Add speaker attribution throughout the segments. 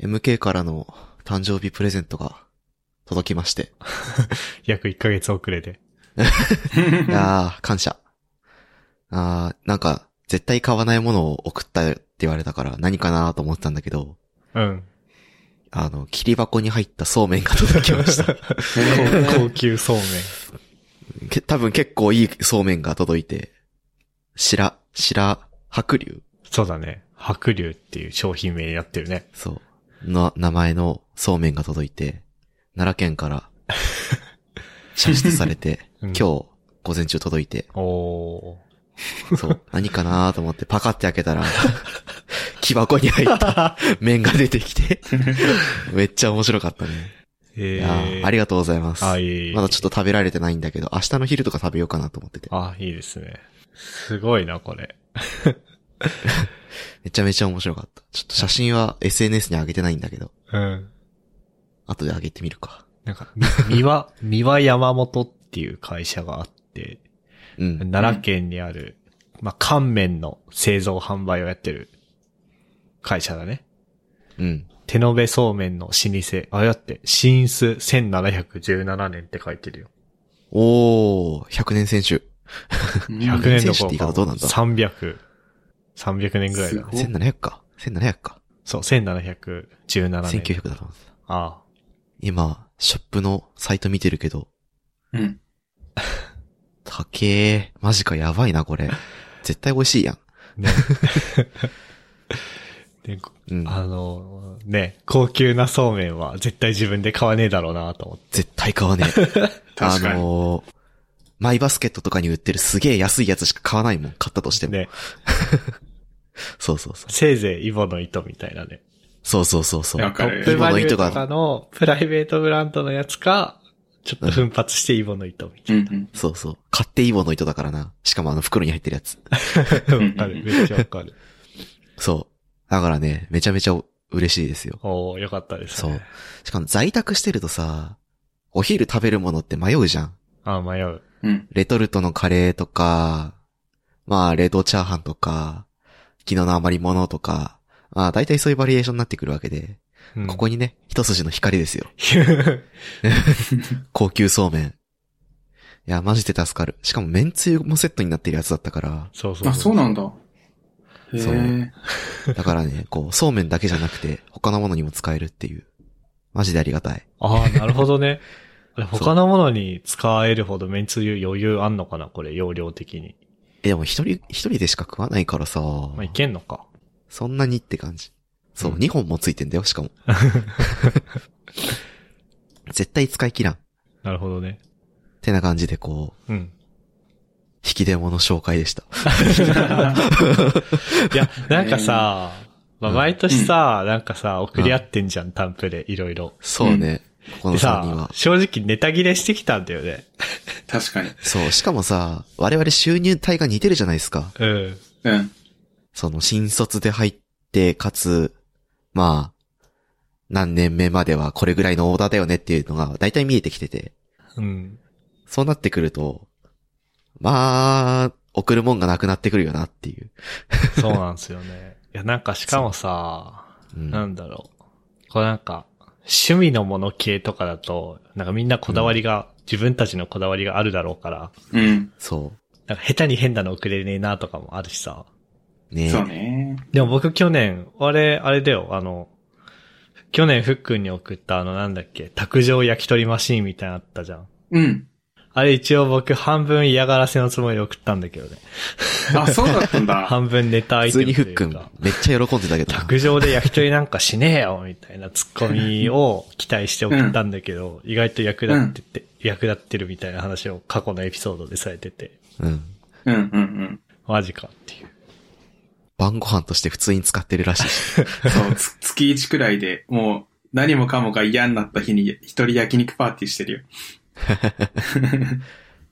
Speaker 1: MK からの誕生日プレゼントが届きまして。
Speaker 2: 約1ヶ月遅れで。
Speaker 1: いやー、感謝。あー、なんか、絶対買わないものを送ったって言われたから何かなーと思ってたんだけど、
Speaker 2: うん。
Speaker 1: あの、切り箱に入ったそうめんが届きました。
Speaker 2: 高高級そうめん。
Speaker 1: け多分結構いいそうめんが届いて、白、白、白龍
Speaker 2: そうだね。白龍っていう商品名になってるね。
Speaker 1: そう。の、名前のそうめんが届いて、奈良県から、 射出されて、
Speaker 2: うん
Speaker 1: 今日、午前中届いて、
Speaker 2: おー。
Speaker 1: そう、何かなーと思ってパカって開けたら、 木箱に入った麺が出てきて、めっちゃ面白かったね。い
Speaker 2: え
Speaker 1: やーありがとうございます。
Speaker 2: あ、いい。
Speaker 1: まだちょっと食べられてないんだけど、明日の昼とか食べようかなと思ってて。
Speaker 2: あ、いいですね。すごいな、これ。
Speaker 1: めちゃめちゃ面白かった。ちょっと写真は SNS に上げてないんだけど、
Speaker 2: うん。
Speaker 1: 後で上げてみるか。
Speaker 2: なんか、み三輪、三輪山本っていう会社があって、
Speaker 1: うん。
Speaker 2: 奈良県にある、まあ、乾麺の製造販売をやってる会社だね。
Speaker 1: うん。
Speaker 2: 手延べそうめんの老舗。あ、だって、新数1717年って書いてるよ。
Speaker 1: おー、100年選手。
Speaker 2: 100
Speaker 1: 年
Speaker 2: 年
Speaker 1: 選
Speaker 2: ど
Speaker 1: 手って言い方
Speaker 2: ころ
Speaker 1: どうな
Speaker 2: か
Speaker 1: んだ
Speaker 2: 300、300年ぐらいだ
Speaker 3: す
Speaker 2: ね。
Speaker 3: ごい
Speaker 1: 1700か。1700か。
Speaker 2: そう、1717年。
Speaker 1: 1900だと思ってた。
Speaker 2: あ
Speaker 1: 今、ショップのサイト見てるけど、
Speaker 3: うん。
Speaker 1: 高え。マジか、やばいな、これ。絶対美味しいやん。
Speaker 2: あ。ね。で、
Speaker 1: うん。
Speaker 2: あの、ね、高級なそうめんは絶対自分で買わねえだろうなと思って。
Speaker 1: 絶対買 わねえ。あ
Speaker 3: 確かに。
Speaker 1: のーマイバスケットとかに売ってるすげえ安いやつしか買わないもん、買ったとしても。
Speaker 2: ね、
Speaker 1: そうそうそう。
Speaker 2: せいぜいイボの糸みたいなね。
Speaker 1: そうそうそうそ
Speaker 3: いうや。
Speaker 2: トッ
Speaker 1: イ
Speaker 2: プ
Speaker 1: ボ
Speaker 2: バ
Speaker 1: の
Speaker 2: リュー
Speaker 1: 糸
Speaker 2: と
Speaker 1: が
Speaker 2: かのプライベートブランドのやつか、ちょっと奮発してイボの糸み
Speaker 3: う
Speaker 2: たいな。
Speaker 3: ん
Speaker 1: そうそう。買っていいもの糸だからな。しかもあの袋に入ってるやつ。
Speaker 3: ん
Speaker 2: わかる。めっちゃわかる。
Speaker 1: そう。だからね、めちゃめちゃお嬉しいですよ。
Speaker 2: おー、よかったです、ね。
Speaker 1: そう。しかも在宅してるとさ、お昼食べるものって迷うじゃん。
Speaker 2: あー、迷う。
Speaker 3: うん。うん。
Speaker 1: レトルトのカレーとか、まあ、冷凍チャーハンとか、昨日の余り物とか、まあ、大体そういうバリエーションになってくるわけで、
Speaker 2: うん
Speaker 1: ここにね、一筋の光ですよ。
Speaker 2: う
Speaker 1: 高級そうめん。いや、マジで助かる。しかも、麺つゆもセットになってるやつだったから、
Speaker 2: そうそう
Speaker 3: あ、そうなんだ。へ
Speaker 1: そう
Speaker 3: え。
Speaker 1: だからね、 こう、そうめんだけじゃなくて、他のものにも使えるっていう。マジでありがたい。
Speaker 2: ああ、なるほどね。あれ他のものに使えるほどめんつゆ余裕あんのかなこれ、容量的に。
Speaker 1: え、でも一人、一人でしか食わないからさ、
Speaker 2: まあ、いけんのか。
Speaker 1: そんなにって感じ。そう、
Speaker 2: うん
Speaker 1: 2本もついてんだよ、し かも。絶対使い切らん。っ
Speaker 2: なるほどね。
Speaker 1: てな感じで、こう、
Speaker 2: うん。
Speaker 1: 引き出物紹介でした。
Speaker 2: いや、なんかさ、まあ、
Speaker 1: うん
Speaker 2: 毎年さ、なんかさ、送り合ってんじゃん、タンプで、いろいろ。
Speaker 1: そうね。この
Speaker 2: で
Speaker 1: 3人
Speaker 2: さ
Speaker 1: は、。
Speaker 2: 正直ネタ切れしてきたんだよね。
Speaker 3: 確かに。
Speaker 1: そう、しかもさ、我々収入帯が似てるじゃないですか。
Speaker 2: うん。
Speaker 3: うん。
Speaker 1: その、新卒で入って、かつ、まあ、何年目まではこれぐらいのオーダーだよねっていうのが、だいたい見えてきてて、
Speaker 2: うん。
Speaker 1: そうなってくると、まあ、送るもんがなくなってくるよなっていう。
Speaker 2: そうなんです よね。いや、なんかしかもさ、
Speaker 1: うん。
Speaker 2: なんだろう。これなんか、趣味のもの系とかだと、なんかみんなこだわりが、自分たちのこだわりがあるだろうから、
Speaker 3: うん。
Speaker 1: そ
Speaker 2: なんか下手に変なの送れねえなとかもあるしさ。
Speaker 1: う。ね
Speaker 3: そうね。
Speaker 2: でも僕去年、あれ、あれだよ、あの、去年ふっくんに送ったあのなんだっけ、卓上焼き鳥マシーンみたいなのあったじゃん。
Speaker 3: うん。
Speaker 2: あれ一応僕半分嫌がらせのつもりで送ったんだけどね。
Speaker 3: あ、そうだったんだ。
Speaker 2: 半分ネタア
Speaker 1: 普通
Speaker 2: イテ
Speaker 1: に
Speaker 2: ム
Speaker 1: ふ
Speaker 2: と
Speaker 1: っ
Speaker 2: いう
Speaker 1: くん
Speaker 2: か、。
Speaker 1: めっちゃ喜んでたけどな。
Speaker 2: 卓上で焼き鳥なんかしねえよみたいなツッコミを期待して送ったんだけど、意外と役立ってて、役立ってるみたいな話を過去のエピソードでされてて、
Speaker 1: うん。
Speaker 3: うんうんうん。
Speaker 2: マジかっていう。
Speaker 1: 晩ご飯として普通に使ってるらしいし。
Speaker 3: そう、つ 月1くらいで、もう、何もかもが嫌になった日に、一人焼肉パーティーしてるよ。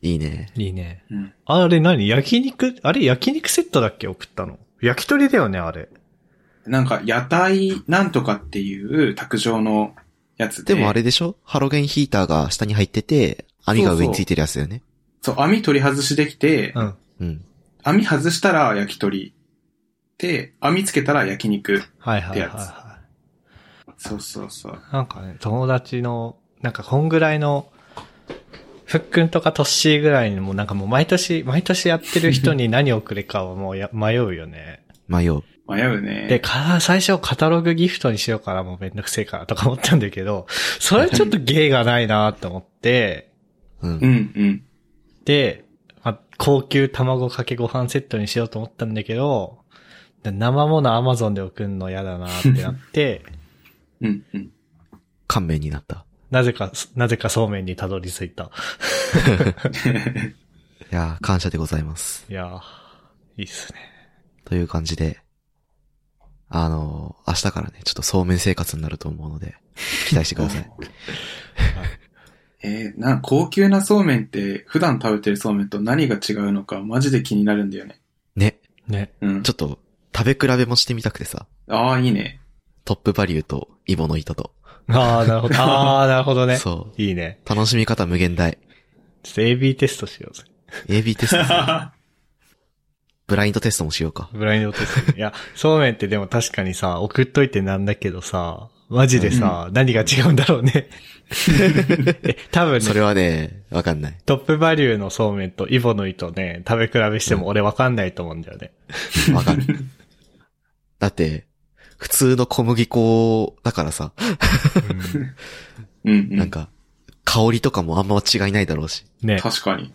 Speaker 1: いいね。
Speaker 2: いいね。
Speaker 3: うん。
Speaker 2: あれ何焼肉あれ焼肉セットだっけ送ったの焼き鳥だよねあれ。
Speaker 3: なんか、屋台なんとかっていう卓上のやつで。
Speaker 1: でもあれでしょハロゲンヒーターが下に入ってて、網が上についてるやつだよね。
Speaker 3: そう、網取り外しできて、
Speaker 2: うん。
Speaker 1: うん。
Speaker 3: 網外したら焼き鳥。で、網つけたら焼肉。
Speaker 2: はいはいはい、
Speaker 3: ってや
Speaker 2: は
Speaker 3: そうそうそう。
Speaker 2: なんかね、友達の、なんかこんぐらいの、ふっくんとかとっしーぐらいにもなんかもう毎年、毎年やってる人に何をくれかはも うや迷うよね。
Speaker 1: 迷う。
Speaker 3: 迷うね。
Speaker 2: で、か、最初カタログギフトにしようかな、もうめんどくせえからとか思ったんだけど、それちょっと芸がないなと思って、
Speaker 1: う。
Speaker 3: うんんうん。
Speaker 2: で、まあ、高級卵かけご飯セットにしようと思ったんだけど、で生ものアマゾンで送るの嫌だなってなって、
Speaker 3: うんうん。
Speaker 1: 勘弁になった。
Speaker 2: なぜか、なぜかそうめんにたどり着いた。
Speaker 1: いやー、感謝でございます。
Speaker 2: いやー、いいっすね。
Speaker 1: という感じで、あのー明日からね、ちょっとそうめん生活になると思うので、期待してください。
Speaker 3: えー、な、高級なそうめんって、普段食べてるそうめんと何が違うのか、マジで気になるんだよね。
Speaker 1: ね、
Speaker 2: ね。
Speaker 3: うん
Speaker 1: ち。ょっと、食べ比べもしてみたくてさ、
Speaker 3: ああ、い いね。
Speaker 1: トップバリューとイボの糸と。
Speaker 2: ああ、なるほど。ああ、なるほどね。
Speaker 1: そ
Speaker 2: いいね。
Speaker 1: う。楽しみ方無限大。
Speaker 2: ちょっと AB テストしようぜ。
Speaker 1: AB テスト さ、ブラインドテストもしようか。
Speaker 2: ブラインドテスト。いや、そうめんってでも確かにさ、送っといてなんだけどさ、マジでさ、何が違うんだろうね。え多分
Speaker 1: そ
Speaker 2: ね、
Speaker 1: れはね、わかんない。
Speaker 2: トップバリューのそうめんとイボの糸ね、食べ比べしても俺わかんないと思うんだよね。
Speaker 1: わかる。だって、普通の小麦粉だからさ、
Speaker 3: うん、う
Speaker 1: なん
Speaker 3: ん。
Speaker 1: か、香りとかもあんま違いないだろうし。
Speaker 2: ね。
Speaker 3: 確かに。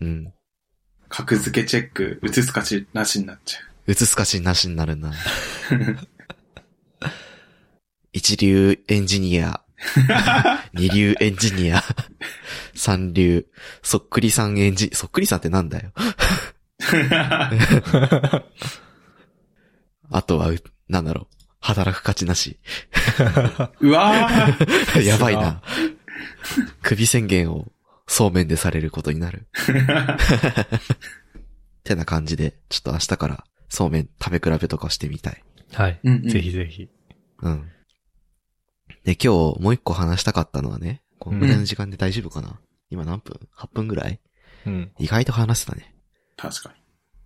Speaker 1: うん。
Speaker 3: 格付けチェック、映すかしなしになっちゃ
Speaker 1: うつすかしなしになるな。 一流エンジニア。二流エンジニア。三流。そっくりさんエンジ、そっくりさんってなんだよ。
Speaker 3: う。
Speaker 1: あとは、うなんだろう。働く価値なし。
Speaker 3: うわー
Speaker 1: やばいな。首宣言をそうめんでされることになる。てな感じで、ちょっと明日からそうめん食べ比べとかしてみたい。
Speaker 2: はい。
Speaker 3: うんうん
Speaker 2: ぜひぜひ。
Speaker 1: うん。で、今日もう一個話したかったのはね、このぐらいの時間で大丈夫かな、今何分 ?8 分ぐらい
Speaker 2: うん。
Speaker 1: 意外と話せたね。
Speaker 3: 確か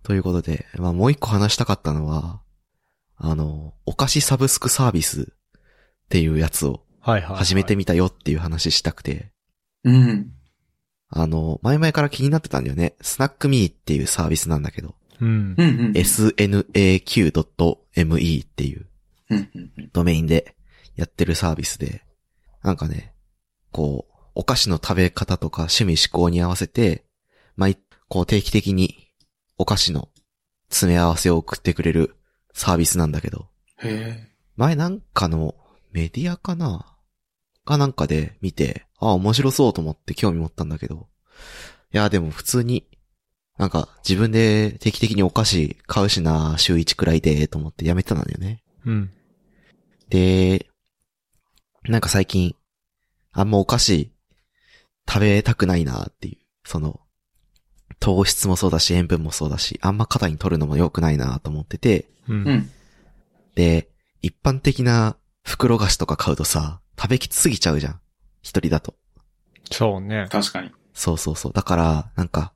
Speaker 1: ということで、まあもう一個話したかったのは、あの、お菓子サブスクサービスっていうやつを
Speaker 2: はいはい。
Speaker 1: 始めてみたよっていう話したくて、
Speaker 3: に。うん。
Speaker 1: あの、前々から気になってたんだよね。スナックミーっていうサービスなんだけど、
Speaker 2: うん
Speaker 3: う。んうん。
Speaker 1: snaq.me っていう
Speaker 3: うんうんうん。
Speaker 1: ドメインでやってるサービスで、なんかね、こう、お菓子の食べ方とか趣味思考に合わせて、毎、こう定期的にお菓子の詰め合わせを送ってくれるサービスなんだけど、
Speaker 3: へ
Speaker 1: 前なんかのメディアかなかなんかで見て、ああ、面白そうと思って興味持ったんだけど。いや、でも普通に、なんか自分で定期的にお菓子買うしな、週1くらいで、と思ってやめてたんだよね。
Speaker 2: うん。
Speaker 1: で、なんか最近、あんまお菓子食べたくないなっていう、その、糖質もそうだし、塩分もそうだし、あんま肩に取るのも良くないなと思ってて、
Speaker 2: う。
Speaker 3: え。うんん。
Speaker 1: で、一般的な袋菓子とか買うとさ、食べきつすぎちゃうじゃん。一人だと。
Speaker 2: そうね。
Speaker 3: 確かに。
Speaker 1: そうそうそう。だから、なんか、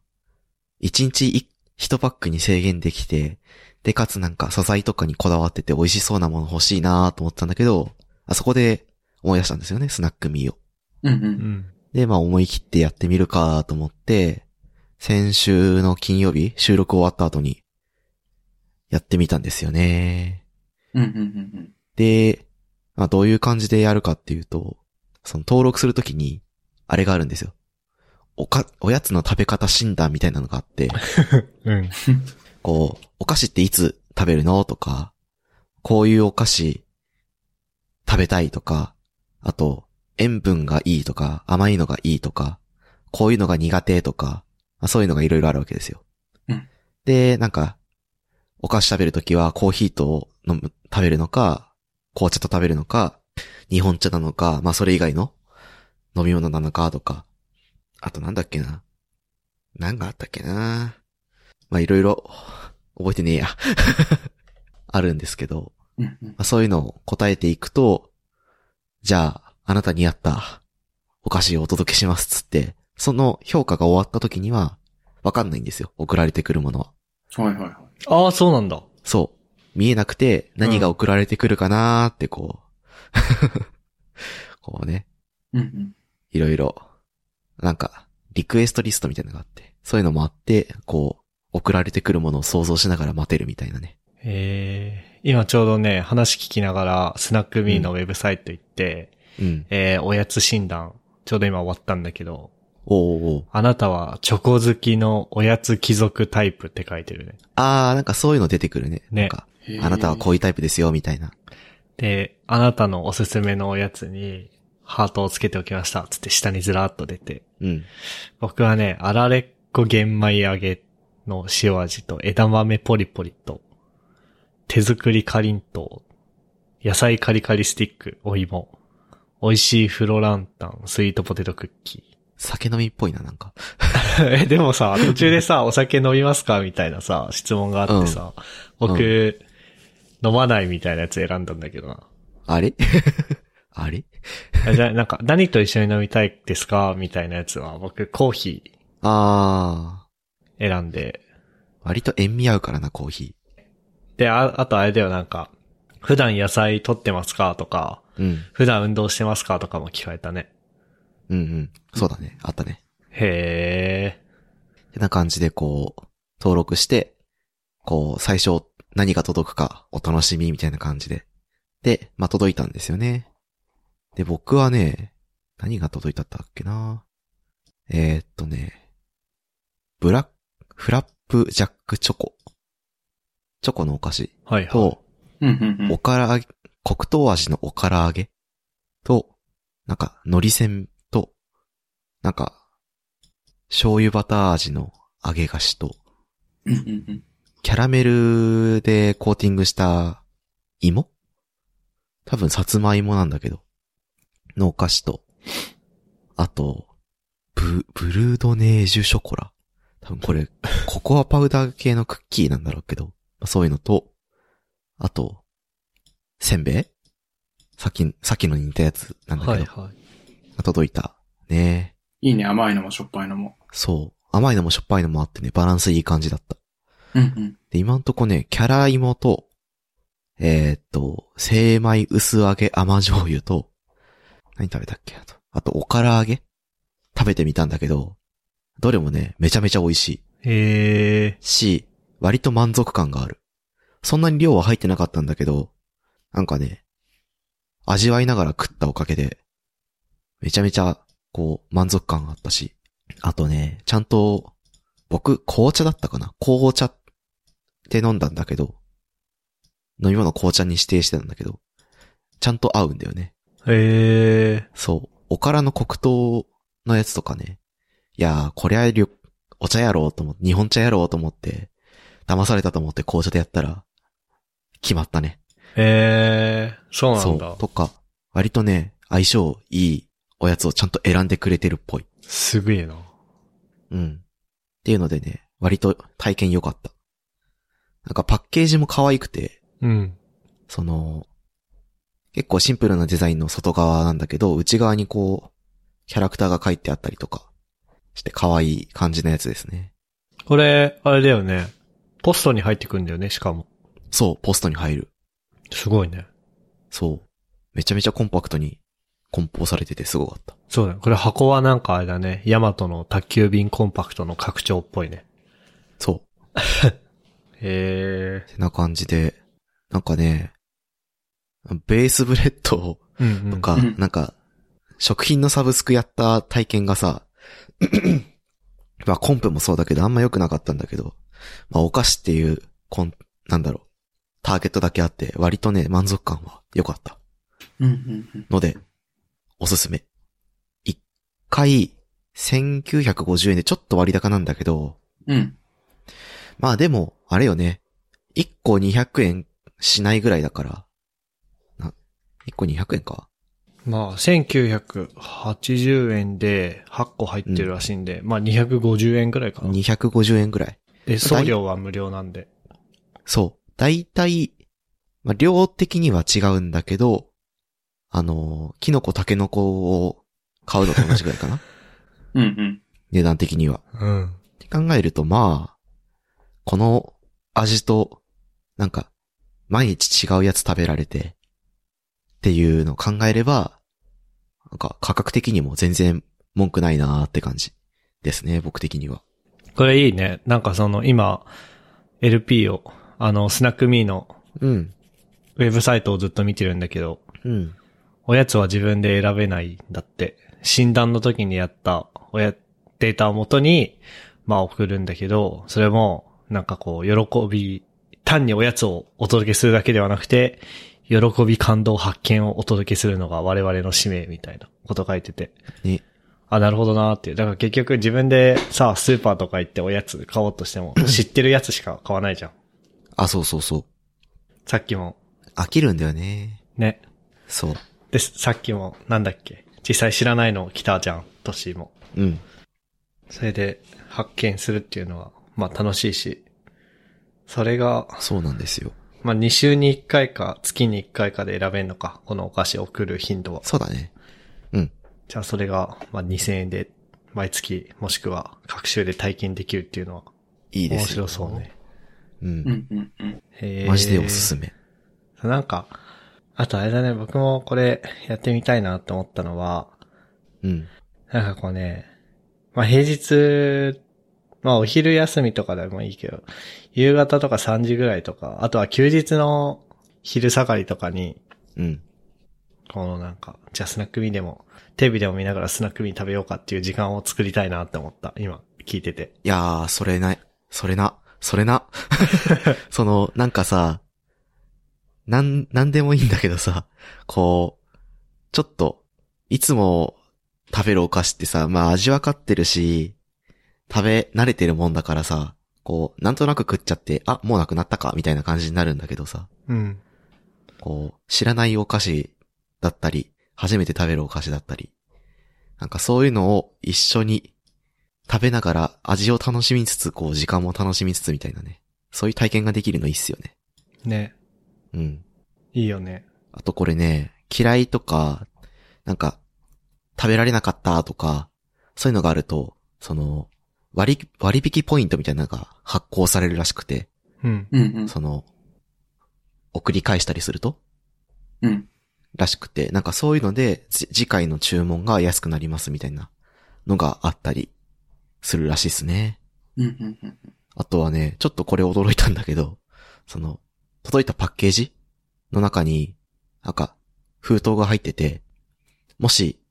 Speaker 1: 一日一一パックに制限できて、で、かつなんか素材とかにこだわってて美味しそうなもの欲しいなと思ってたんだけど、あそこで思い出したんですよね、スナックミーを。
Speaker 3: うんう。
Speaker 2: うんん。
Speaker 1: で、まあ思い切ってやってみるかと思って、先週の金曜日、収録終わった後に、やってみたんですよね。
Speaker 3: うんうんうん
Speaker 1: で、まあ、どういう感じでやるかっていうと、その登録するときに、あれがあるんですよ。おか、おやつの食べ方診断みたいなのがあって、
Speaker 2: うん。
Speaker 1: こう、お菓子っていつ食べるのとか、こういうお菓子食べたいとか、あと、塩分がいいとか、甘いのがいいとか、こういうのが苦手とか、まあそういうのがいろいろあるわけですよ。
Speaker 3: うん
Speaker 1: で、なんか、お菓子食べるときはコーヒーと飲む、食べるのか、紅茶と食べるのか、日本茶なのか、まあそれ以外の飲み物なのかとか、あとなんだっけな。なんかあったっけな。まあいろいろ、覚えてねえや。 あるんですけど、
Speaker 3: うん。うんうん
Speaker 1: まあ、そういうのを答えていくと、じゃあ、あなたに合ったお菓子をお届けしますっつって、その評価が終わった時には、わかんないんですよ。送られてくるものは。
Speaker 3: はいはいはい。
Speaker 2: ああ、そうなんだ。
Speaker 1: そう。見えなくて、何が送られてくるかなーってこう、 こうね、
Speaker 3: うんうん。
Speaker 1: いろいろ、なんか、リクエストリストみたいなのがあって、そういうのもあって、こう、送られてくるものを想像しながら待てるみたいなね。
Speaker 2: えー、今ちょうどね、話聞きながら、スナックミーのウェブサイト行って、
Speaker 1: うん。
Speaker 2: えー、おやつ診断、ちょうど今終わったんだけど、
Speaker 1: おうおうおう
Speaker 2: あなたはチョコ好きのおやつ貴族タイプって書いてるね。
Speaker 1: あー、なんかそういうの出てくるね。
Speaker 2: ね
Speaker 1: なんか、あなたはこういうタイプですよ、みたいな。
Speaker 2: で、あなたのおすすめのおやつに、ハートをつけておきました。つって下にずらっと出て。
Speaker 1: うん。
Speaker 2: 僕はね、あられっこ玄米揚げの塩味と枝豆ポリポリと、手作りかりんとう、野菜カリカリスティック、お芋、美味しいフロランタン、スイートポテトクッキー。
Speaker 1: 酒飲みっぽいな、なんか。
Speaker 2: え、でもさ、途中でさ、お酒飲みますかみたいなさ、質問があってさ、
Speaker 1: うん
Speaker 2: 僕、飲まないみたいなやつ選んだんだけどな。
Speaker 1: あれ あれ
Speaker 2: あじゃあ、なんか、何と一緒に飲みたいですかみたいなやつは、僕、コーヒ
Speaker 1: あ
Speaker 2: ー選んで、
Speaker 1: ー、割と塩味合うからな、コーヒ
Speaker 2: で、あ、あとあれだよ、なんか、普段野菜取ってますかとか、
Speaker 1: ー。うん。
Speaker 2: 普段運動してますかとかも聞かれたね。
Speaker 1: うんうん。そうだね。あったね。
Speaker 2: へ
Speaker 1: てな感じでこう、登録して、こう、最初何が届くかお楽しみみたいな感じで。で、まあ、届いたんですよね。で、僕はね、何が届いたったっけなえー、っとね、ブラック、フラップジャックチョコ。チョコのお菓子
Speaker 2: ー。はいはい。
Speaker 1: と、
Speaker 3: うんうんうん
Speaker 1: お。から揚げ、黒糖味のおから揚げと、なんか、海苔せんと、なんか、醤油バター味の揚げ菓子と、
Speaker 3: うんうんうん
Speaker 1: キャラメルでコーティングした芋多分、さつまいもなんだけど、のお菓子と、あと、ブ、ブルードネージュショコラ。多分これ、 ココアパウダー系のクッキーなんだろうけど、まあそういうのと、あと、せんべいさっき、さっきの似たやつなんだけど、
Speaker 2: はいはい。
Speaker 1: が届いた。ね
Speaker 3: いいね、甘いのもしょっぱいのも。
Speaker 1: そう。甘いのもしょっぱいのもあってね、バランスいい感じだった。
Speaker 3: うんうん。
Speaker 1: で、今んとこね、キャラ芋と、えーっと、精米薄揚げ甘醤油と、何食べたっけあと、あと、おから揚げ食べてみたんだけど、どれもね、めちゃめちゃ美味しい
Speaker 2: へ
Speaker 1: し、割と満足感がある。そんなに量は入ってなかったんだけど、なんかね、味わいながら食ったおかげで、めちゃめちゃ、こう、満足感があったし、あとね、ちゃんと、僕、紅茶だったかな紅茶って飲んだんだけど、飲み物紅茶に指定してたんだけど、ちゃんと合うんだよね。
Speaker 2: ー。へー。
Speaker 1: そう。おからの黒糖のやつとかね。いやー、こりゃりょ、お茶やろうと思って、日本茶やろうと思って、騙されたと思って紅茶でやったら、決まったね。
Speaker 2: へー。そうなんだ。
Speaker 1: とか、割とね、相性いいおやつをちゃんと選んでくれてるっぽい。
Speaker 2: すげえな。
Speaker 1: うん。っていうのでね、割と体験良かった。なんかパッケージも可愛くて、
Speaker 2: うん。
Speaker 1: その、結構シンプルなデザインの外側なんだけど、内側にこう、キャラクターが書いてあったりとか、して可愛い感じのやつですね。
Speaker 2: これ、あれだよね。ポストに入ってくんだよね、しかも。
Speaker 1: そう、ポストに入る。
Speaker 2: すごいね。
Speaker 1: そう。めちゃめちゃコンパクトに梱包されててすごかった。
Speaker 2: そうだね。これ箱はなんかあれだね。ヤマトの宅急便コンパクトの拡張っぽいね。
Speaker 1: そう。
Speaker 2: へ
Speaker 1: てな感じで、なんかね、ベースブレッド
Speaker 2: ー。うん、
Speaker 1: とか、
Speaker 3: うん
Speaker 1: なんか、食品のサブスクやった体験がさ、まあコンプもそうだけどあんま良くなかったんだけど、まあお菓子っていう、こん、なんだろう、ターゲットだけあって、割とね、満足感は良かった。
Speaker 3: うんうんうん。
Speaker 1: ので、おすすめ。一回、1950円でちょっと割高なんだけど、
Speaker 3: うん。
Speaker 1: まあでも、あれよね。1個200円しないぐらいだから。な、1個200円か
Speaker 2: まあ、1980円で8個入ってるらしいんで、まあ250円くらいかな。
Speaker 1: ?250 円ぐらい。
Speaker 2: で、送料は無料なんで。
Speaker 1: そう。大体、まあ、量的には違うんだけど、あのーキノコ、タケノコを買うのと同じぐらい かな
Speaker 3: うんうん。
Speaker 1: 値段的には。
Speaker 2: うん。
Speaker 1: って考えると、まあ、この味と、なんか、毎日違うやつ食べられて、っていうのを考えれば、なんか価格的にも全然文句ないなーって感じですね、僕的には。
Speaker 2: これいいね。なんかその今、LP を、あの、スナックミーの
Speaker 1: うん。
Speaker 2: ウェブサイトをずっと見てるんだけど、
Speaker 1: うん。
Speaker 2: おやつは自分で選べないんだって。診断の時にやったおや、データをもとに、まあ送るんだけど、それも、なんかこう、喜び、単におやつをお届けするだけではなくて、喜び、感動、発見をお届けするのが我々の使命みたいなこと書いてて。
Speaker 1: ね
Speaker 2: あ、なるほどなーっていう。だから結局自分でさ、スーパーとか行っておやつ買おうとしても、知ってるやつしか買わないじゃん。
Speaker 1: あ、そうそうそ
Speaker 2: さっきも、
Speaker 1: う。飽きるんだよね。
Speaker 2: ね、
Speaker 1: そう。
Speaker 2: で、さっきも、なんだっけ。実際知らないの来たじゃん、トシも。
Speaker 1: うん。
Speaker 2: それで発見するっていうのは、まあ楽しいし。それが、
Speaker 1: そうなんですよ。
Speaker 2: まあ2週に1回か、月に1回かで選べんのか。このお菓子を送る頻度は。
Speaker 1: そうだね。
Speaker 2: じゃあそれが、まあ2000円で、毎月、もしくは、各週で体験できるっていうのは、
Speaker 1: いいで
Speaker 2: 面
Speaker 1: すよ
Speaker 2: 白そうね。
Speaker 1: う。
Speaker 3: うんんうんうん。
Speaker 2: へー
Speaker 1: マジでおすすめ。
Speaker 2: なんか、あとあれだね、僕もこれやってみたいなって思ったのは、
Speaker 1: うん。
Speaker 2: なんかこうね、まあ平日、まあお昼休みとかでもいいけど、夕方とか3時ぐらいとか、あとは休日の昼下がりとかに、
Speaker 1: うん。
Speaker 2: このなんか、じゃあスナックミでも、テレビでも見ながらスナックミ食べようかっていう時間を作りたいなって思った。今、聞いてて。
Speaker 1: いやー、それない。それな。それな。 その、なんかさ、なん、なんでもいいんだけどさ、こう、ちょっと、いつも食べるお菓子ってさ、まあ味わかってるし、食べ慣れてるもんだからさ、こう、なんとなく食っちゃって、あ、もうなくなったか、みたいな感じになるんだけどさ、
Speaker 2: うん。
Speaker 1: こう、知らないお菓子だったり、初めて食べるお菓子だったり、なんかそういうのを一緒に食べながら味を楽しみつつ、こう時間も楽しみつつみたいなね。そういう体験ができるのいいっすよね。
Speaker 2: ね。
Speaker 1: うん。
Speaker 2: いいよね。
Speaker 1: あとこれね、嫌いとか、なんか、食べられなかったとか、そういうのがあると、その、割り、割引ポイントみたいなのが発行されるらしくて、
Speaker 2: うん。
Speaker 3: うんうん。
Speaker 1: その、送り返したりすると
Speaker 3: うん。
Speaker 1: らしくて、なんかそういうので、じ次回の注文が安くなりますみたいなのがあったりするらしいですね。
Speaker 3: うんうんうん。
Speaker 1: あとはね、ちょっとこれ驚いたんだけど、その、届いたパッケージの中に、なんか、封筒が入ってて、もし、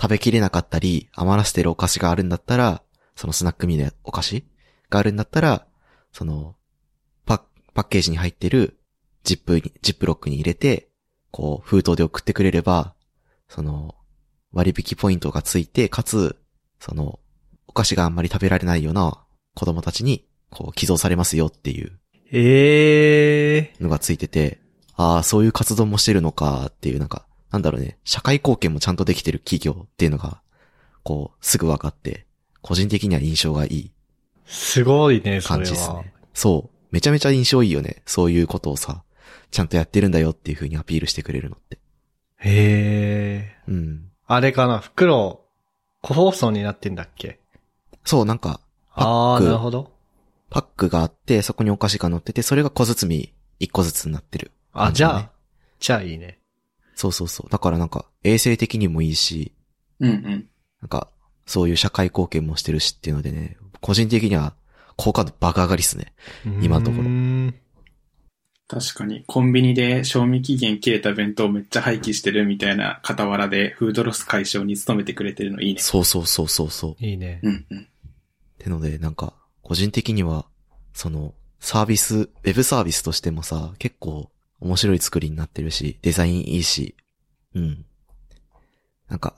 Speaker 1: 食べきれなかったり、余らせてるお菓子があるんだったら、そのスナックミーのお菓子があるんだったら、その、パッ、パッケージに入ってる、ジップに、ジップロックに入れて、こう、封筒で送ってくれれば、その、割引ポイントがついて、かつ、その、お菓子があんまり食べられないような子供たちに、こう、寄贈されますよっていう
Speaker 2: ええ
Speaker 1: のがついてて、ああ、そういう活動もしてるのかっていう、なんか、なんだろうね、社会貢献もちゃんとできてる企業っていうのが、こう、すぐ分かって、個人的には印象がいい
Speaker 2: すごいね、そ
Speaker 1: 感
Speaker 2: れ
Speaker 1: じです
Speaker 2: は。
Speaker 1: ね。そう。めちゃめちゃ印象いいよね。そういうことをさ、ちゃんとやってるんだよっていう風にアピールしてくれるのって。
Speaker 2: へえ。
Speaker 1: うん。
Speaker 2: あれかな、袋、個包装になってんだっけ
Speaker 1: そう、なんか、
Speaker 2: あ
Speaker 1: パッ
Speaker 2: あ
Speaker 1: ク
Speaker 2: ー、なるほど。
Speaker 1: パックがあって、そこにお菓子が乗ってて、それが小包み一個ずつになってる
Speaker 2: あ、
Speaker 1: 感
Speaker 2: じ
Speaker 1: だね、
Speaker 2: ゃあ、じゃあいいね。
Speaker 1: そうそうそう。だからなんか、衛生的にもいいし、
Speaker 3: うんうん。
Speaker 1: なんか、そういう社会貢献もしてるしっていうのでね、個人的には、好感度爆上がりっすね。今のところ
Speaker 2: うーん
Speaker 3: 確かに、コンビニで賞味期限切れた弁当めっちゃ廃棄してるみたいな傍らでフードロス解消に努めてくれてるのいいね。
Speaker 1: そうそうそうそうそう。っ
Speaker 2: いいね。
Speaker 3: うんうん。
Speaker 1: てので、なんか、個人的には、その、サービス、ウェブサービスとしてもさ、結構面白い作りになってるし、デザインいいし、うん。なんか、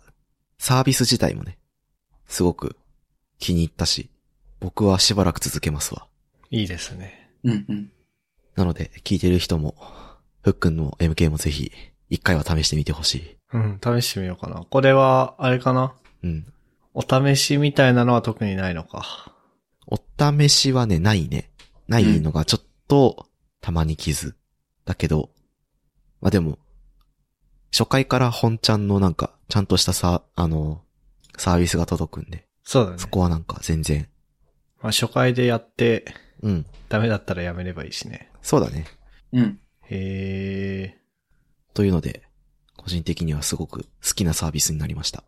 Speaker 1: サービス自体もね、すごく気に入ったし、僕はしばらく続けますわ。
Speaker 2: いいですね。
Speaker 3: うんうん。
Speaker 1: なので、聞いてる人も、ふっくんの MK もぜひ、一回は試してみてほし
Speaker 2: うん、試してみようかな。これは、あれかな。
Speaker 1: い。うん。
Speaker 2: お試しみたいなのは特にないのか。
Speaker 1: お試しはね、ないね。ないのがちょっと、たまに傷。だけど、まあ、でも、初回から本ちゃんのなんか、ちゃんとしたさ、あの、サービスが届くんで、
Speaker 2: そうだね
Speaker 1: そ。こはなんか全然、
Speaker 2: まあ、初回でやって、
Speaker 1: うん。
Speaker 2: ダメだったらやめればいいしね。
Speaker 1: そうだね。
Speaker 3: うん。
Speaker 2: へえ。
Speaker 1: というので、個個人的にはすごく好きなサービスになりました。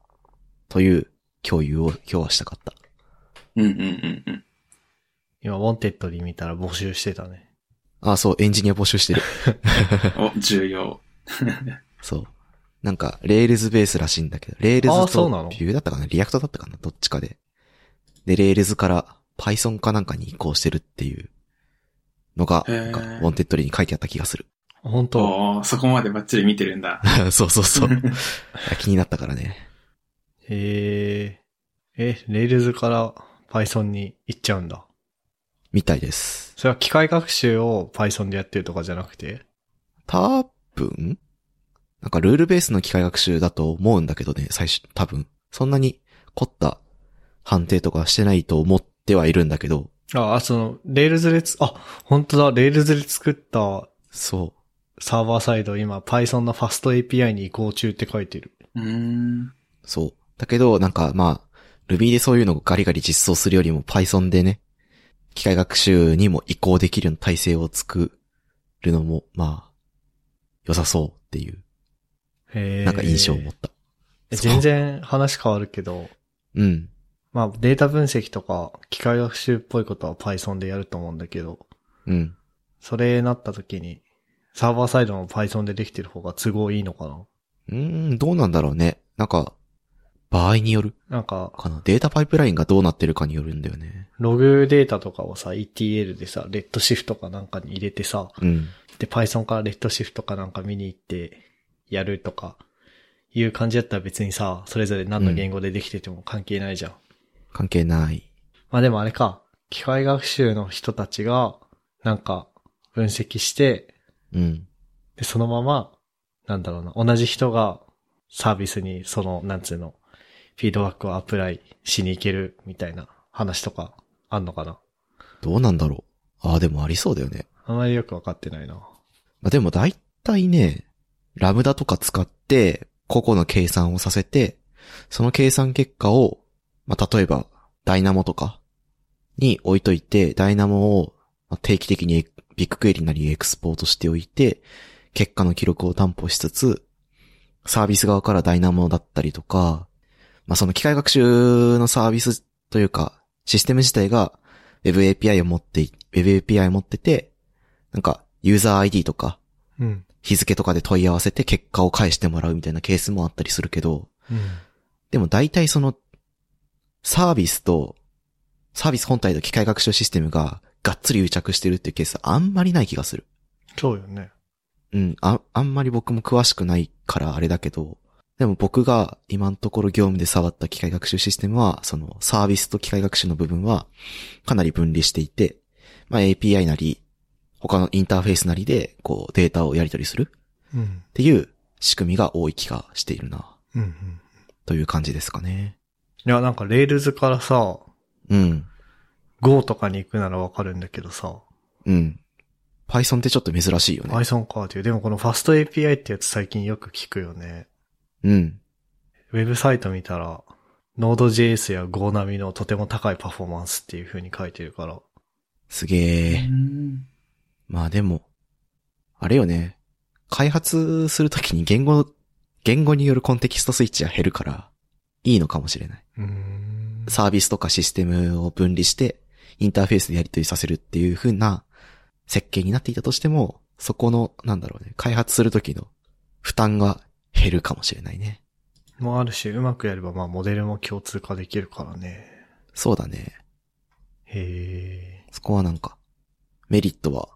Speaker 1: という共有を今日はしたかった。
Speaker 3: うんうんうんうん。
Speaker 2: 今、ウォンテッドリー見たら募集してたね。
Speaker 1: あ、そう、エンジニア募集してる。
Speaker 3: お、重要。
Speaker 1: そう。なんか、レールズベースらしいんだけど、レー
Speaker 2: あー
Speaker 1: ルズ
Speaker 2: そうなの
Speaker 1: とビューだったかなリアクトだったかなどっちかで。で、レールズから Python かなんかに移行してるっていうのが、
Speaker 3: へ
Speaker 1: な
Speaker 3: ー
Speaker 1: んか、ウォンテッドリーに書いてあった気がする。
Speaker 2: 本当
Speaker 3: おーそこまでバッチリ見てるんだ。
Speaker 1: そうそうそう。いや気になったからね。
Speaker 2: へえー。え、レールズから Python に行っちゃうんだ。
Speaker 1: みたいです。
Speaker 2: それは機械学習を Python でやってるとかじゃなくて。
Speaker 1: 多分なんかルールベースの機械学習だと思うんだけどね、最初、多分。そんなに凝った判定とかしてないと思ってはいるんだけど、
Speaker 2: あ、あその、レールズでつ、あ、本当だ、レールズで作った
Speaker 1: そ
Speaker 2: サーバーサイド、今 Python の Fast API に移行中って書いてる。
Speaker 3: うーん。
Speaker 1: う、そう。だけど、なんかまあ、Ruby でそういうのをガリガリ実装するよりも Python でね、機械学習にも移行できる体制を作るのも、まあ、良さそうっていう、
Speaker 2: へえ。
Speaker 1: なんか印象を持った。
Speaker 2: え
Speaker 1: そう
Speaker 2: 全然話変わるけど、
Speaker 1: うん。
Speaker 2: まあデータ分析とか機械学習っぽいことは Python でやると思うんだけど、
Speaker 1: うん。
Speaker 2: それなった時に、サーバーサイドも Python でできてる方が都合いいのかな
Speaker 1: うーん、どうなんだろうね。なんか、場合による
Speaker 2: なんか、
Speaker 1: かな。データパイプラインがどうなってるかによるんだよね。
Speaker 2: ログデータとかをさ、ETL でさ、レッドシフトかなんかに入れてさ、
Speaker 1: うん。
Speaker 2: で、Python からレッドシフトかなんか見に行って、やるとか、いう感じだったら別にさ、それぞれ何の言語でできてても関係ないじゃん。
Speaker 1: 関係ない。
Speaker 2: まあでもあれか、機械学習の人たちが、なんか、分析して、
Speaker 1: うん。
Speaker 2: で、そのまま、なんだろうな、同じ人がサービスにその、なんつうの、フィードバックをアプライしに行けるみたいな話とかあんのかな
Speaker 1: どうなんだろう。ああ、でもありそうだよね。
Speaker 2: あんまりよくわかってないな。
Speaker 1: まあ、でも大体ね、ラムダとか使って、個々の計算をさせて、その計算結果を、まあ、例えば、ダイナモとかに置いといて、ダイナモをまあ定期的にビッグクエリなりエクスポートしておいて、結果の記録を担保しつつ、サービス側からダイナモだったりとか、まあ、その機械学習のサービスというか、システム自体が Web API を持ってい、Web API を持ってて、なんか、ユーザー ID とか、
Speaker 2: うん。
Speaker 1: 日付とかで問い合わせて結果を返してもらうみたいなケースもあったりするけど、でも大体その、サービスと、サービス本体と機械学習システムががっつり癒着してるっていうケースはあんまりない気がする。
Speaker 2: そうよね。
Speaker 1: うん、あ、あんまり僕も詳しくないからあれだけど、でも僕が今のところ業務で触った機械学習システムは、そのサービスと機械学習の部分はかなり分離していて、まあ API なり、他のインターフェースなりで、こうデータをやり取りする
Speaker 2: うん
Speaker 1: っ。ていう仕組みが多い気がしているな、
Speaker 2: うんうん。
Speaker 1: という感じですかね。
Speaker 2: いや、なんかレールズからさ、
Speaker 1: うん、
Speaker 2: Go とかに行くならわかるんだけどさ、
Speaker 1: うん。Python ってちょっと珍しいよね。
Speaker 2: Python かっていう。でもこの Fast API ってやつ最近よく聞くよね。
Speaker 1: うん。
Speaker 2: ウェブサイト見たら、Node.js や Go 並みのとても高いパフォーマンスっていう風に書いてるから。
Speaker 1: すげえ。
Speaker 3: うん
Speaker 1: まあでも、あれよね。開発するときに言語、言語によるコンテキストスイッチは減るから、いいのかもしれない。
Speaker 2: うーん
Speaker 1: サービスとかシステムを分離して、インターフェースでやり取りさせるっていう風な設計になっていたとしても、そこの、なんだろうね、開発するときの負担が減るかもしれないね。
Speaker 2: もあるし、うまくやれば、まあ、モデルも共通化できるからね。
Speaker 1: そうだね。
Speaker 2: へ
Speaker 1: そこはなんか、メリットは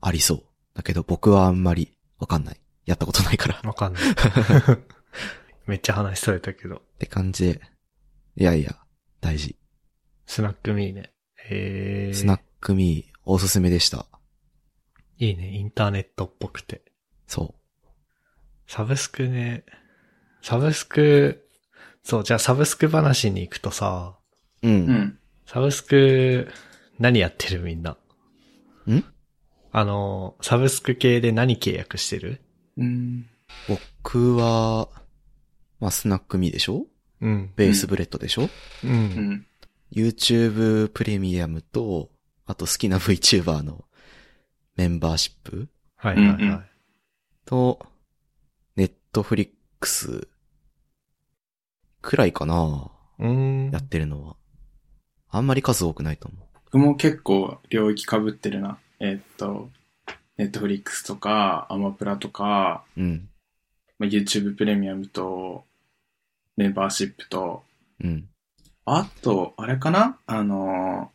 Speaker 1: ありそう。だけど僕はあんまりわかんない。やったことないから
Speaker 2: え。。わかんない。めっちゃ話されたけど。
Speaker 1: って感じで。いやいや、大事。
Speaker 2: スナックミーね。へえ。
Speaker 1: スナックミー、おすすめでした。
Speaker 2: いいね。インターネットっぽくて。
Speaker 1: そ
Speaker 2: サブスクね。サブスク、そう、じゃあサブスク話に行くとさ、
Speaker 1: う。うん。
Speaker 3: うん。
Speaker 2: サブスク、何やってるみんな。
Speaker 1: ん
Speaker 2: あの、サブスク系で何契約してる
Speaker 3: うん。
Speaker 1: 僕は、まあ、スナックミーでしょ
Speaker 2: うん。
Speaker 1: ベースブレッドでしょ、
Speaker 2: う。
Speaker 3: うんん。
Speaker 1: ?YouTube プレミアムと、あと好きな VTuber のメンバーシップ
Speaker 2: はいはいはい。
Speaker 3: うんうん
Speaker 1: と、ネットフリッ X くらいかな
Speaker 2: うーん
Speaker 1: や。ってるのは。あんまり数多くないと思う。
Speaker 3: 僕も結構領域被ってるな。えーっと、ネットフリックスとか、アマプラとか、
Speaker 1: うん。
Speaker 3: まあ、YouTube プレミアムと、メンバーシップと、
Speaker 1: うん。
Speaker 3: あと、あれかなあの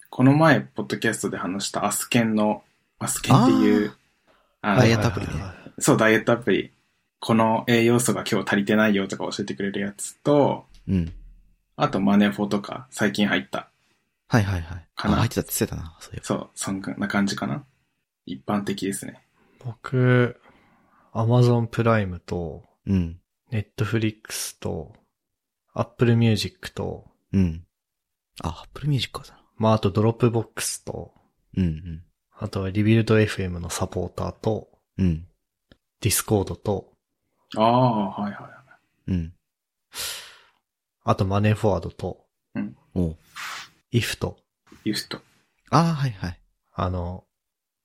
Speaker 3: ーこの前、ポッドキャストで話したアスケンの、アスケンっていう、あの
Speaker 1: ダイエットアプリね
Speaker 2: はいはいはい
Speaker 3: そう、ダイエットアプリ。この栄養素が今日足りてないよとか教えてくれるやつと、
Speaker 1: うん。
Speaker 3: あとマネフォとか最近入った。
Speaker 1: はいはいはい。
Speaker 3: か
Speaker 1: あ、
Speaker 3: な
Speaker 1: 入ってたって言ってたな、そういえば
Speaker 3: そう、そんな感じかな。一般的ですね。
Speaker 2: 僕、アマゾンプライムと、
Speaker 1: うん。
Speaker 2: ネットフリックスと、アップルミュージックと、
Speaker 1: うん。あ、Apple Music かな。
Speaker 2: まあ、あとドロップボックスと、
Speaker 1: うん
Speaker 2: あとはリビルド FM のサポーターと、
Speaker 1: うん。うん。
Speaker 2: ディスコードと、
Speaker 3: ああ、はいはい。
Speaker 1: うん。
Speaker 2: あとマネーフォワードと、
Speaker 1: おう
Speaker 2: イフと、
Speaker 3: ユスト。
Speaker 1: ああ、はいはい。
Speaker 2: あの、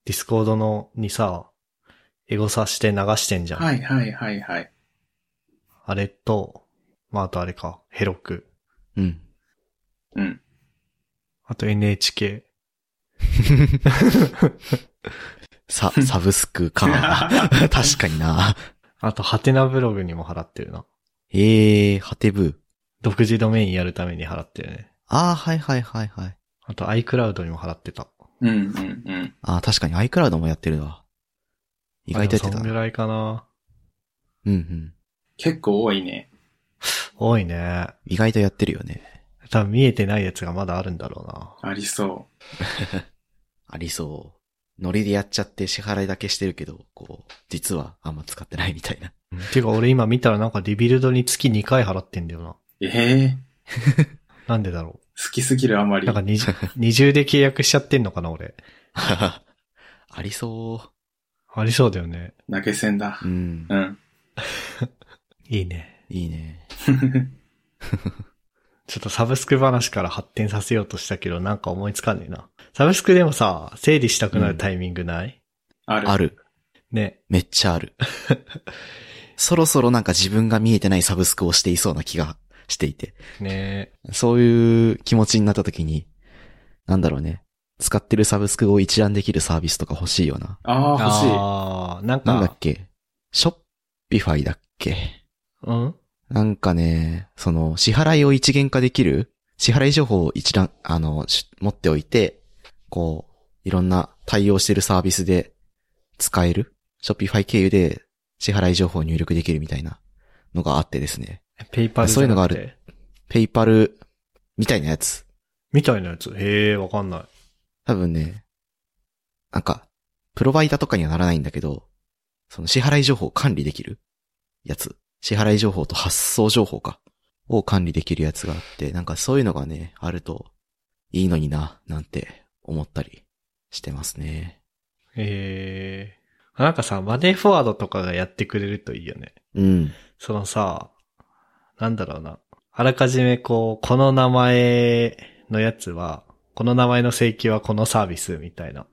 Speaker 2: ディスコードのにさ、エゴサして流してんじゃん。
Speaker 3: はいはいはいはい。
Speaker 2: あれと、まあ、あとあれか、ヘロク。
Speaker 1: うん。
Speaker 3: うん。
Speaker 2: あと NHK。
Speaker 1: さ、サブスクか。確かにな。
Speaker 2: あと、ハテナブログにも払ってるな。
Speaker 1: ええー、ハテブー。
Speaker 2: 独自ドメインやるために払ってるね。
Speaker 1: ああ、はいはいはいはい。
Speaker 2: あと iCloud にも払ってた。
Speaker 3: うんうんうん。
Speaker 1: ああ、確かに iCloud もやってるわ。意外とやって
Speaker 2: あ
Speaker 1: た
Speaker 2: でもそんぐ
Speaker 1: な。
Speaker 2: らいかな。
Speaker 1: うんうん。
Speaker 3: 結構多いね。
Speaker 2: 多いね。
Speaker 1: 意外とやってるよね。
Speaker 2: 多分見えてないやつがまだあるんだろうな。
Speaker 3: ありそ
Speaker 1: ありそう。ノリでやっちゃって支払いだけしてるけど、こう、実はあんま使ってないみたいな。
Speaker 2: ていうか俺今見たらなんかリビルドに月2回払ってんだよな。
Speaker 3: う。ええ
Speaker 2: なんでだろ
Speaker 3: 好きすぎるあま
Speaker 2: う。
Speaker 3: り。
Speaker 2: なん か二重二重で契約しちゃってんのかな俺。
Speaker 1: ありそ
Speaker 2: ありそうだよね。
Speaker 3: 投げ銭だ
Speaker 1: う。う。ん
Speaker 3: う。ん。
Speaker 2: いいね。
Speaker 1: いいね。
Speaker 2: ちょっとサブスク話から発展させようとしたけどなんか思いつかねえな。サブスクでもさ、整理したくなるタイミングない、
Speaker 3: ある。
Speaker 1: ある。
Speaker 2: ね。
Speaker 1: めっちゃある。 そろそろなんか自分が見えてないサブスクをしていそうな気がしていて。
Speaker 2: ね
Speaker 1: そういう気持ちになった時に、なんだろうね。使ってるサブスクを一覧できるサービスとか欲しいよな。
Speaker 3: ああ、欲しい。
Speaker 2: あーなん
Speaker 1: なんだ
Speaker 2: か
Speaker 1: っ、けショッピファイだっけ
Speaker 2: うん
Speaker 1: なんかね、その、支払いを一元化できる支払い情報を一覧、あの、し持っておいて、こう、いろんな対応してるサービスで使えるショッピファイ経由で支払い情報を入力できるみたいなのがあってですね。
Speaker 2: ペイパル
Speaker 1: そういうのがある。ペイパルみたいなやつ。
Speaker 2: みたいなやつ。へえ、わかんない。
Speaker 1: 多分ね、なんか、プロバイダーとかにはならないんだけど、その支払い情報を管理できるやつ。支払い情報と発送情報か。を管理できるやつがあって、なんかそういうのがね、あるといいのにな、なんて思ったりしてますね。
Speaker 2: ええなんかさ、マネーフォワードとかがやってくれるといいよね。
Speaker 1: うん。
Speaker 2: そのさ、なんだろうな。あらかじめこう、この名前のやつは、この名前の請求はこのサービスみたいな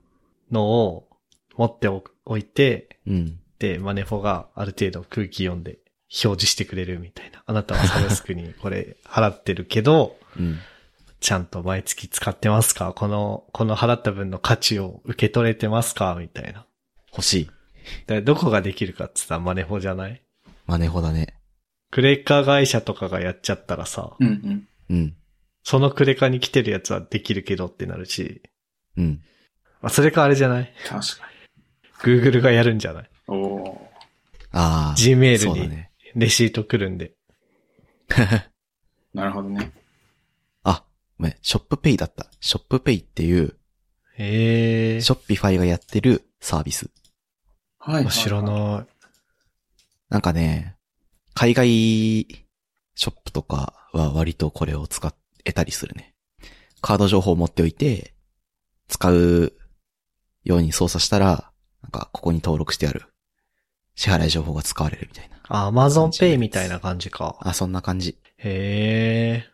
Speaker 2: のを持っておくおいて、
Speaker 1: うん。
Speaker 2: で、マネフォがある程度空気読んで表示してくれるみたいな。あなたはサブスクにこれ払ってるけど、
Speaker 1: うん。
Speaker 2: ちゃんと毎月使ってますかこの、この払った分の価値を受け取れてますかみたいな。
Speaker 1: 欲しい。
Speaker 2: だからどこができるかってさ、マネホじゃない
Speaker 1: マネホだね。
Speaker 2: クレカ会社とかがやっちゃったらさ、
Speaker 3: うんうん。
Speaker 1: うん。
Speaker 2: そのクレカに来てるやつはできるけどってなるし、
Speaker 1: うん。
Speaker 2: あ、それかあれじゃない
Speaker 3: 確か
Speaker 2: ?Google がやるんじゃない
Speaker 3: に。おお。
Speaker 1: ああ。
Speaker 2: ?Gmail
Speaker 1: そうだ
Speaker 2: に
Speaker 1: ね。
Speaker 2: レシート来るんで。
Speaker 3: なるほどね。
Speaker 1: あ、ごめん、ショップペイだった。ショップペイっていう、
Speaker 2: ええ
Speaker 1: ショッピファイがやってるサービス。
Speaker 3: はいはい、はい。
Speaker 2: 知らな
Speaker 1: なんかね、海外ショップとかは割とこれを使えたりするね。カード情報を持っておいて、使うように操作したら、なんかここに登録してある支払い情報が使われるみたいな。
Speaker 2: い。Amazon Pay みたいな感じか。
Speaker 1: あ、そんな感じ。
Speaker 2: へえ。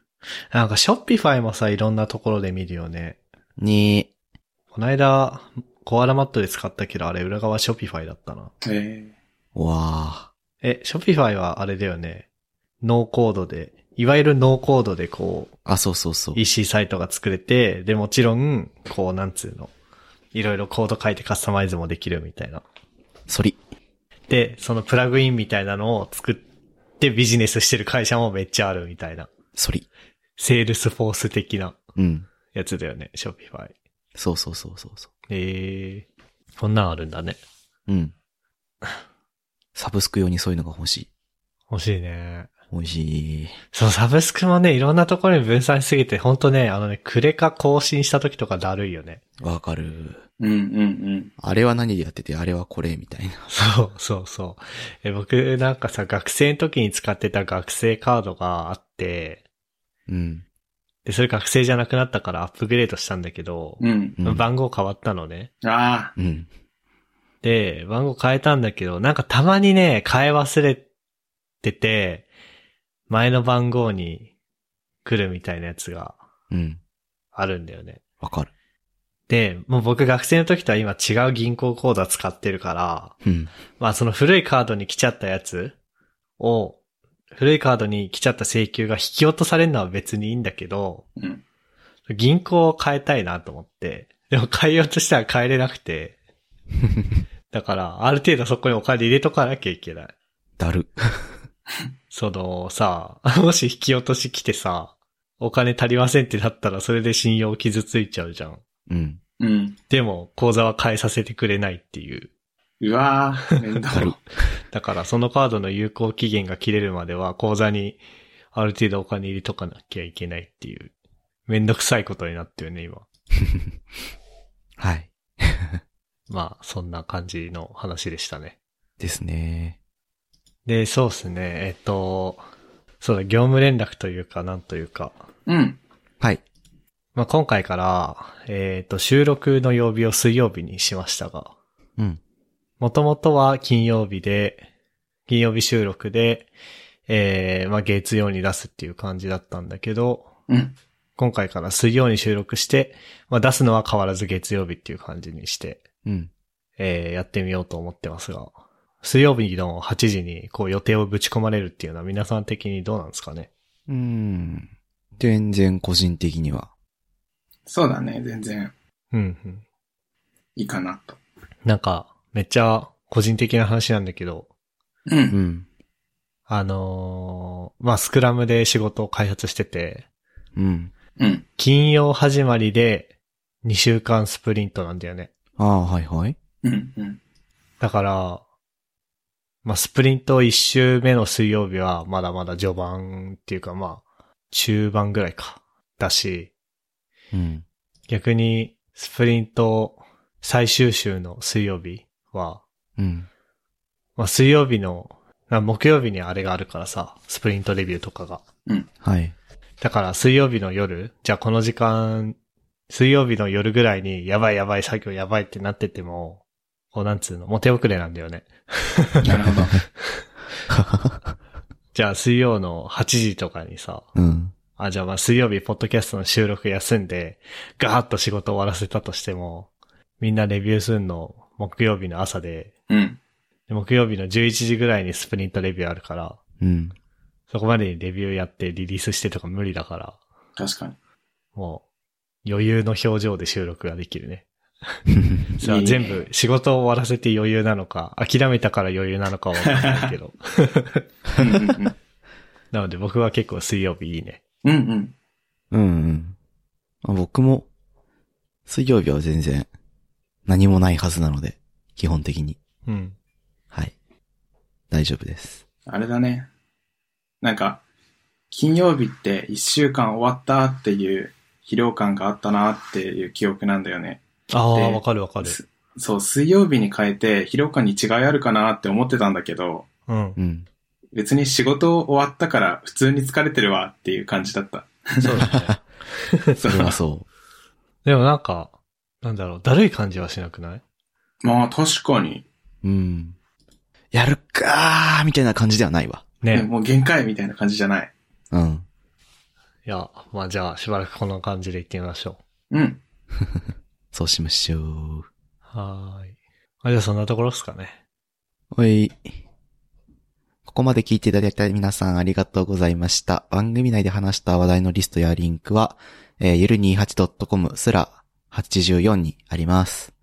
Speaker 2: なんか Shopify もさ、いろんなところで見るよね。
Speaker 1: に、
Speaker 2: こないだ、コアラマットで使ったけど、あれ裏側ショピファイだったな。
Speaker 3: え
Speaker 1: わ
Speaker 2: え、ショピファイはあれだよね。ノーコードで、いわゆるノーコードでこう、
Speaker 1: あ、そうそうそう。
Speaker 2: EC サイトが作れて、で、もちろん、こう、なんつうの、いろいろコード書いてカスタマイズもできるみたいな。
Speaker 1: そり。
Speaker 2: で、そのプラグインみたいなのを作ってビジネスしてる会社もめっちゃあるみたいな。
Speaker 1: そり。
Speaker 2: セールスフォース的な
Speaker 1: うん。
Speaker 2: やつだよね、ショピファイ。
Speaker 1: そうそうそうそうそ
Speaker 2: えー、こんなんあるんだね。
Speaker 1: う。うん。サブスク用にそういうのが欲しい。
Speaker 2: 欲しいね。
Speaker 1: 欲しい。
Speaker 2: そのサブスクもね、いろんなところに分散しすぎて、ほんとね、あのね、クレカ更新した時とかだるいよね。
Speaker 1: わかる。
Speaker 3: うんうん
Speaker 1: あれは何でやってて、あれはこれ、みたいな。
Speaker 2: そうそうそう。え僕なんかさ、学生の時に使ってた学生カードがあって、
Speaker 1: うん。
Speaker 2: で、それ学生じゃなくなったからアップグレードしたんだけど、
Speaker 3: うん。うん。
Speaker 1: うん。
Speaker 2: 番号変わったのね。
Speaker 3: ああ、
Speaker 1: うん。
Speaker 2: で、番号変えたんだけど、なんかたまにね、変え忘れてて、前の番号に来るみたいなやつが
Speaker 1: うん。
Speaker 2: あるんだよね。
Speaker 1: わかる。
Speaker 2: で、もう僕学生の時とは今違う銀行口座使ってるから、
Speaker 1: うん。
Speaker 2: まあその古いカードに来ちゃったやつを、古いカードに来ちゃった請求が引き落とされるのは別にいいんだけど、
Speaker 3: うん
Speaker 2: 銀行を変えたいなと思って、でも変えようとしたら変えれなくて、だからある程度そこにお金入れとかなきゃいけない。
Speaker 1: だる。
Speaker 2: そのさ、 もし引き落とし来てさ、お金足りませんってなったらそれで信用傷ついちゃうじゃん。
Speaker 1: うん。
Speaker 3: うん。
Speaker 2: でも、口座は変えさせてくれないっていう。
Speaker 3: うわー、面
Speaker 1: だ
Speaker 3: 倒
Speaker 1: る。
Speaker 2: だから、そのカードの有効期限が切れるまでは、口座にある程度お金入れとかなきゃいけないっていう。めんどくさいことになってるね、今。
Speaker 1: はい。
Speaker 2: まあ、そんな感じの話でしたね。
Speaker 1: ですね。
Speaker 2: で、そうですね。えっと、そうだ、業務連絡というか、なんというか。
Speaker 3: うん。
Speaker 1: はい。
Speaker 2: まあ、今回から、えっと、収録の曜日を水曜日にしましたが、
Speaker 1: うん。
Speaker 2: もともとは金曜日で、金曜日収録で、えー、まあ月曜に出すっていう感じだったんだけど、
Speaker 3: うん。
Speaker 2: 今回から水曜に収録して、まあ出すのは変わらず月曜日っていう感じにして、
Speaker 1: うん。
Speaker 2: えー、やってみようと思ってますが、水曜日の8時にこう予定をぶち込まれるっていうのは皆さん的にどうなんですかね
Speaker 1: うん。全然個人的には。
Speaker 3: そうだね、全然
Speaker 2: うんうん。
Speaker 3: いいかなと。
Speaker 2: なんか、めっちゃ個人的な話なんだけど、
Speaker 3: う。
Speaker 1: うんん。
Speaker 2: あのーまあスクラムで仕事を開発してて、
Speaker 1: うん。
Speaker 3: うん。
Speaker 2: 金曜始まりで2週間スプリントなんだよね。
Speaker 1: ああ、はいはい。
Speaker 3: うん。うん。
Speaker 2: だから、まあ、スプリント1週目の水曜日はまだまだ序盤っていうかまあ、中盤ぐらいか。だし、
Speaker 1: うん。
Speaker 2: 逆にスプリント最終週の水曜日は、
Speaker 1: うん。
Speaker 2: まあ、水曜日の、あ木曜日にあれがあるからさ、スプリントレビューとかが。
Speaker 1: はい。
Speaker 2: だから水曜日の夜、じゃあこの時間、水曜日の夜ぐらいにやばいやばい作業やばいってなってても、こうなんつうの、もう手遅れなんだよね。
Speaker 3: なるほど。
Speaker 2: じゃあ水曜の8時とかにさ、
Speaker 1: うん。
Speaker 2: あ、じゃあまあ水曜日ポッドキャストの収録休んで、ガーッと仕事終わらせたとしても、みんなレビューするの木曜日の朝で、
Speaker 3: うん。
Speaker 2: で木曜日の11時ぐらいにスプリントレビューあるから、
Speaker 1: うん。
Speaker 2: そこまでにレビューやってリリースしてとか無理だから、
Speaker 3: 確かに。
Speaker 2: もう余裕の表情で収録ができるね。さ
Speaker 3: い
Speaker 2: あ
Speaker 3: いね
Speaker 2: 全部仕事を終わらせて余裕なのか、諦めたから余裕なのかはわかんないけ ど。
Speaker 3: うんうん
Speaker 2: なので僕は結構水曜日いいね。
Speaker 3: うん。うんうん。
Speaker 1: うんうん。あ僕も、水曜日は全然、何もないはずなので、基本的に。
Speaker 2: うん。
Speaker 1: はい。大丈夫です。
Speaker 3: あれだね。なんか、金曜日って一週間終わったっていう疲労感があったなっていう記憶なんだよね。
Speaker 2: ああ、
Speaker 3: で
Speaker 2: わかるわかる。
Speaker 3: すそう、水曜日に変えて疲労感に違いあるかなって思ってたんだけど、
Speaker 2: うん。
Speaker 1: うん。
Speaker 3: 別に仕事終わったから普通に疲れてるわっていう感じだった。
Speaker 2: そうだね。
Speaker 3: そ
Speaker 1: それは
Speaker 3: う。
Speaker 1: そ
Speaker 2: でもなんか、なんだろう、だるい感じはしなくない
Speaker 3: まあ確かに、
Speaker 1: う。うん。やるかーみたいな感じではないわ。
Speaker 3: ね
Speaker 2: ね。
Speaker 3: もう限界みたいな感じじゃない。
Speaker 1: うん。
Speaker 2: いや、まあじゃあしばらくこの感じで行ってみましょ
Speaker 3: うん。
Speaker 1: そうしましょう。
Speaker 2: う。はーい。まあじゃあそんなところっすかね。
Speaker 1: はい。こまで聞いていただいた皆さんありがとうございました。番組内で話した話題のリストやリンクは、えーゆる 28.com すら84にあります。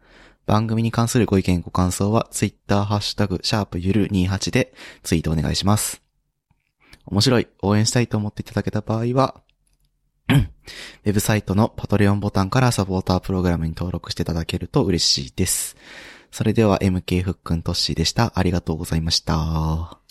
Speaker 1: 番組に関するご意見ご感想は、ツイッターハッシュタグ、シャープゆる28でツイートお願いします。面白い、応援したいと思っていただけた場合は、ウェブサイトのパトレオンボタンからサポータープログラムに登録していただけると嬉しいです。それでは MK ふっくんとっしーでした。ありがとうございました。
Speaker 3: あ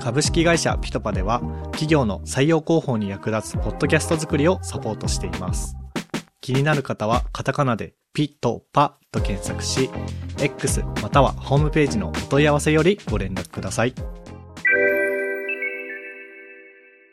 Speaker 2: 株式会社ピトパでは企業の採用広報に役立つポッドキャスト作りをサポートしています気になる方はカタカナでピトパと検索し X またはホームページのお問い合わせよりご連絡ください。